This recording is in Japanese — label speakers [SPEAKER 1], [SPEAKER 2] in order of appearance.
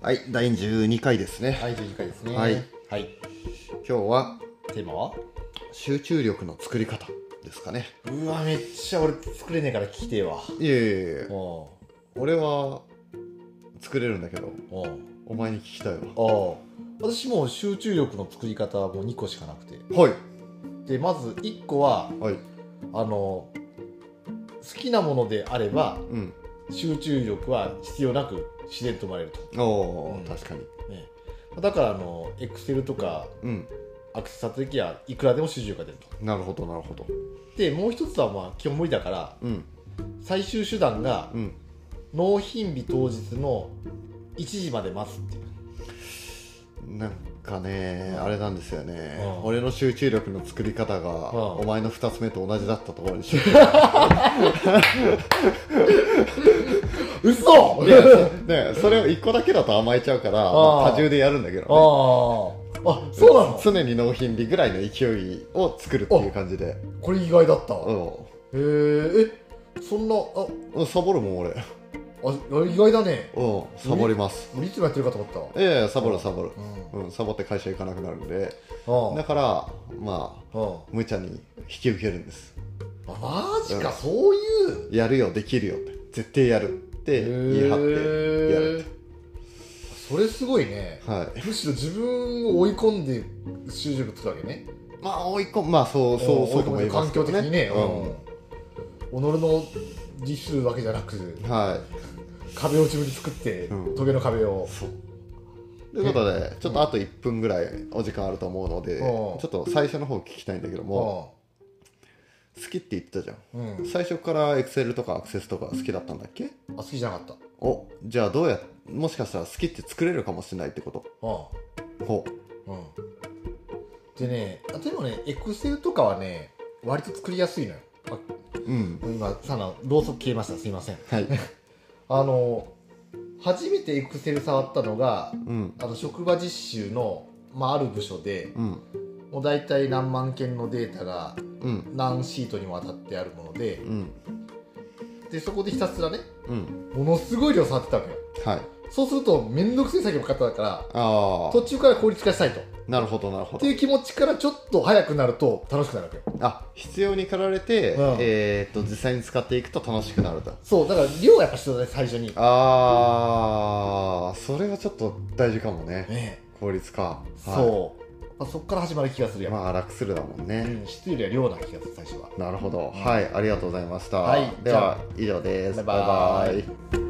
[SPEAKER 1] はい、第12回ですね。
[SPEAKER 2] はい、12回ですね。
[SPEAKER 1] はい
[SPEAKER 2] はい。
[SPEAKER 1] 今日は
[SPEAKER 2] テーマは
[SPEAKER 1] 集中力の作り方ですかね。
[SPEAKER 2] うわ、めっちゃ俺作れねえから聞きてえわ。
[SPEAKER 1] いえいえいえ、
[SPEAKER 2] お
[SPEAKER 1] 俺は作れるんだけど、
[SPEAKER 2] うおう
[SPEAKER 1] お前に聞きたいわ。
[SPEAKER 2] おう私もう集中力の作り方はもう2個しかなくて。
[SPEAKER 1] はい、
[SPEAKER 2] で、まず1個は、
[SPEAKER 1] はい、
[SPEAKER 2] あの、好きなものであれば、
[SPEAKER 1] うん。
[SPEAKER 2] 集中力は必要なく自然と生まれると。
[SPEAKER 1] おー、
[SPEAKER 2] うん
[SPEAKER 1] 確かに。
[SPEAKER 2] ね、だから、あの、エクセルとか
[SPEAKER 1] うん、
[SPEAKER 2] アクセスした時はいくらでも集中力が出ると。
[SPEAKER 1] なるほど、なるほど。
[SPEAKER 2] で、もう一つはまあ基本無理だから、
[SPEAKER 1] うん、
[SPEAKER 2] 最終手段が
[SPEAKER 1] うん。
[SPEAKER 2] 納品日当日の1時まで待つっていう。
[SPEAKER 1] なんかね、あれなんですよね、
[SPEAKER 2] うん
[SPEAKER 1] 俺の集中力の作り方が、
[SPEAKER 2] うん
[SPEAKER 1] お前の2つ目と同じだったところで集中
[SPEAKER 2] 嘘
[SPEAKER 1] いや ね、それを1個だけだと甘えちゃうから、
[SPEAKER 2] あー
[SPEAKER 1] まあ多重でやるんだけど、ね、
[SPEAKER 2] あああそうなの
[SPEAKER 1] 常に納品日ぐらいの勢いを作るっていう感じで
[SPEAKER 2] これ意外だったわ
[SPEAKER 1] う
[SPEAKER 2] へ
[SPEAKER 1] ん
[SPEAKER 2] ええそんな
[SPEAKER 1] うんサボるもん俺うん
[SPEAKER 2] ああ意外だね
[SPEAKER 1] サボります
[SPEAKER 2] 俺いつもやってるかと思ったわ
[SPEAKER 1] いやいやサボるサボる
[SPEAKER 2] うん
[SPEAKER 1] うんサボって会社行かなくなるんで
[SPEAKER 2] あ
[SPEAKER 1] だからまあ
[SPEAKER 2] ああ
[SPEAKER 1] 無茶に引き受けるんです
[SPEAKER 2] あマジ
[SPEAKER 1] うん
[SPEAKER 2] かそういう
[SPEAKER 1] やるよできるよって絶対やるって言い張って
[SPEAKER 2] へえ
[SPEAKER 1] やる
[SPEAKER 2] それすごいね
[SPEAKER 1] はい
[SPEAKER 2] むしろ自分を追い込んで集中力つくわけね
[SPEAKER 1] まあ追い込むまあそうそうそうとも言いますけ
[SPEAKER 2] 環境
[SPEAKER 1] ど
[SPEAKER 2] 的にねうん
[SPEAKER 1] う
[SPEAKER 2] 己の自主だけじゃなく
[SPEAKER 1] んはい
[SPEAKER 2] 壁を自分で作って
[SPEAKER 1] うん
[SPEAKER 2] 棘の壁を
[SPEAKER 1] そうということでちょっとあと1分ぐらいお時間あると思うのでち
[SPEAKER 2] うん
[SPEAKER 1] ょっと最初の方聞きたいんだけども好きって言ってたじゃん
[SPEAKER 2] うんうん
[SPEAKER 1] 最初からエクセルとかアクセスとか好きだったんだっけ
[SPEAKER 2] あ好きじゃなかった
[SPEAKER 1] おじゃあどうやもしかしたら好きって作れるかもしれないってこと
[SPEAKER 2] あ
[SPEAKER 1] ほ
[SPEAKER 2] あうんでねあでもねエクセルとかはね割と作りやすいのよあ
[SPEAKER 1] ううん
[SPEAKER 2] 今さなろうそく消えましたすいません
[SPEAKER 1] はい
[SPEAKER 2] あの初めてエクセル触ったのが
[SPEAKER 1] うん
[SPEAKER 2] あの職場実習の、まあ、ある部署で
[SPEAKER 1] うん
[SPEAKER 2] もう大体何万件のデータが
[SPEAKER 1] うん
[SPEAKER 2] 何シートにもわたってあるもので
[SPEAKER 1] うん
[SPEAKER 2] でそこでひたすらね
[SPEAKER 1] うん
[SPEAKER 2] ものすごい量触ってたわけよ
[SPEAKER 1] はい
[SPEAKER 2] そうすると面倒くせえ作業ばっかったから
[SPEAKER 1] あ
[SPEAKER 2] 途中から効率化したいと
[SPEAKER 1] あなるほどなるほ
[SPEAKER 2] って
[SPEAKER 1] ど
[SPEAKER 2] いう気持ちからちょっと早くなると楽しくなるわけよ
[SPEAKER 1] あ必要に駆られて、
[SPEAKER 2] うん
[SPEAKER 1] えーっと実際に使っていくと楽しくなると
[SPEAKER 2] そうだから量はやっぱ必要だね最初に
[SPEAKER 1] ああそれはちょっと大事かもね
[SPEAKER 2] ね
[SPEAKER 1] 効率化、は
[SPEAKER 2] そう、まあ、そっから始まる気がする
[SPEAKER 1] い、
[SPEAKER 2] やっぱ、
[SPEAKER 1] まあ楽するだもんね、
[SPEAKER 2] うん質よりは量な気がする最初は
[SPEAKER 1] なるほど、
[SPEAKER 2] うん
[SPEAKER 1] はいありがとうございました、
[SPEAKER 2] はい
[SPEAKER 1] では以上です
[SPEAKER 2] バイバイ
[SPEAKER 1] バイバイ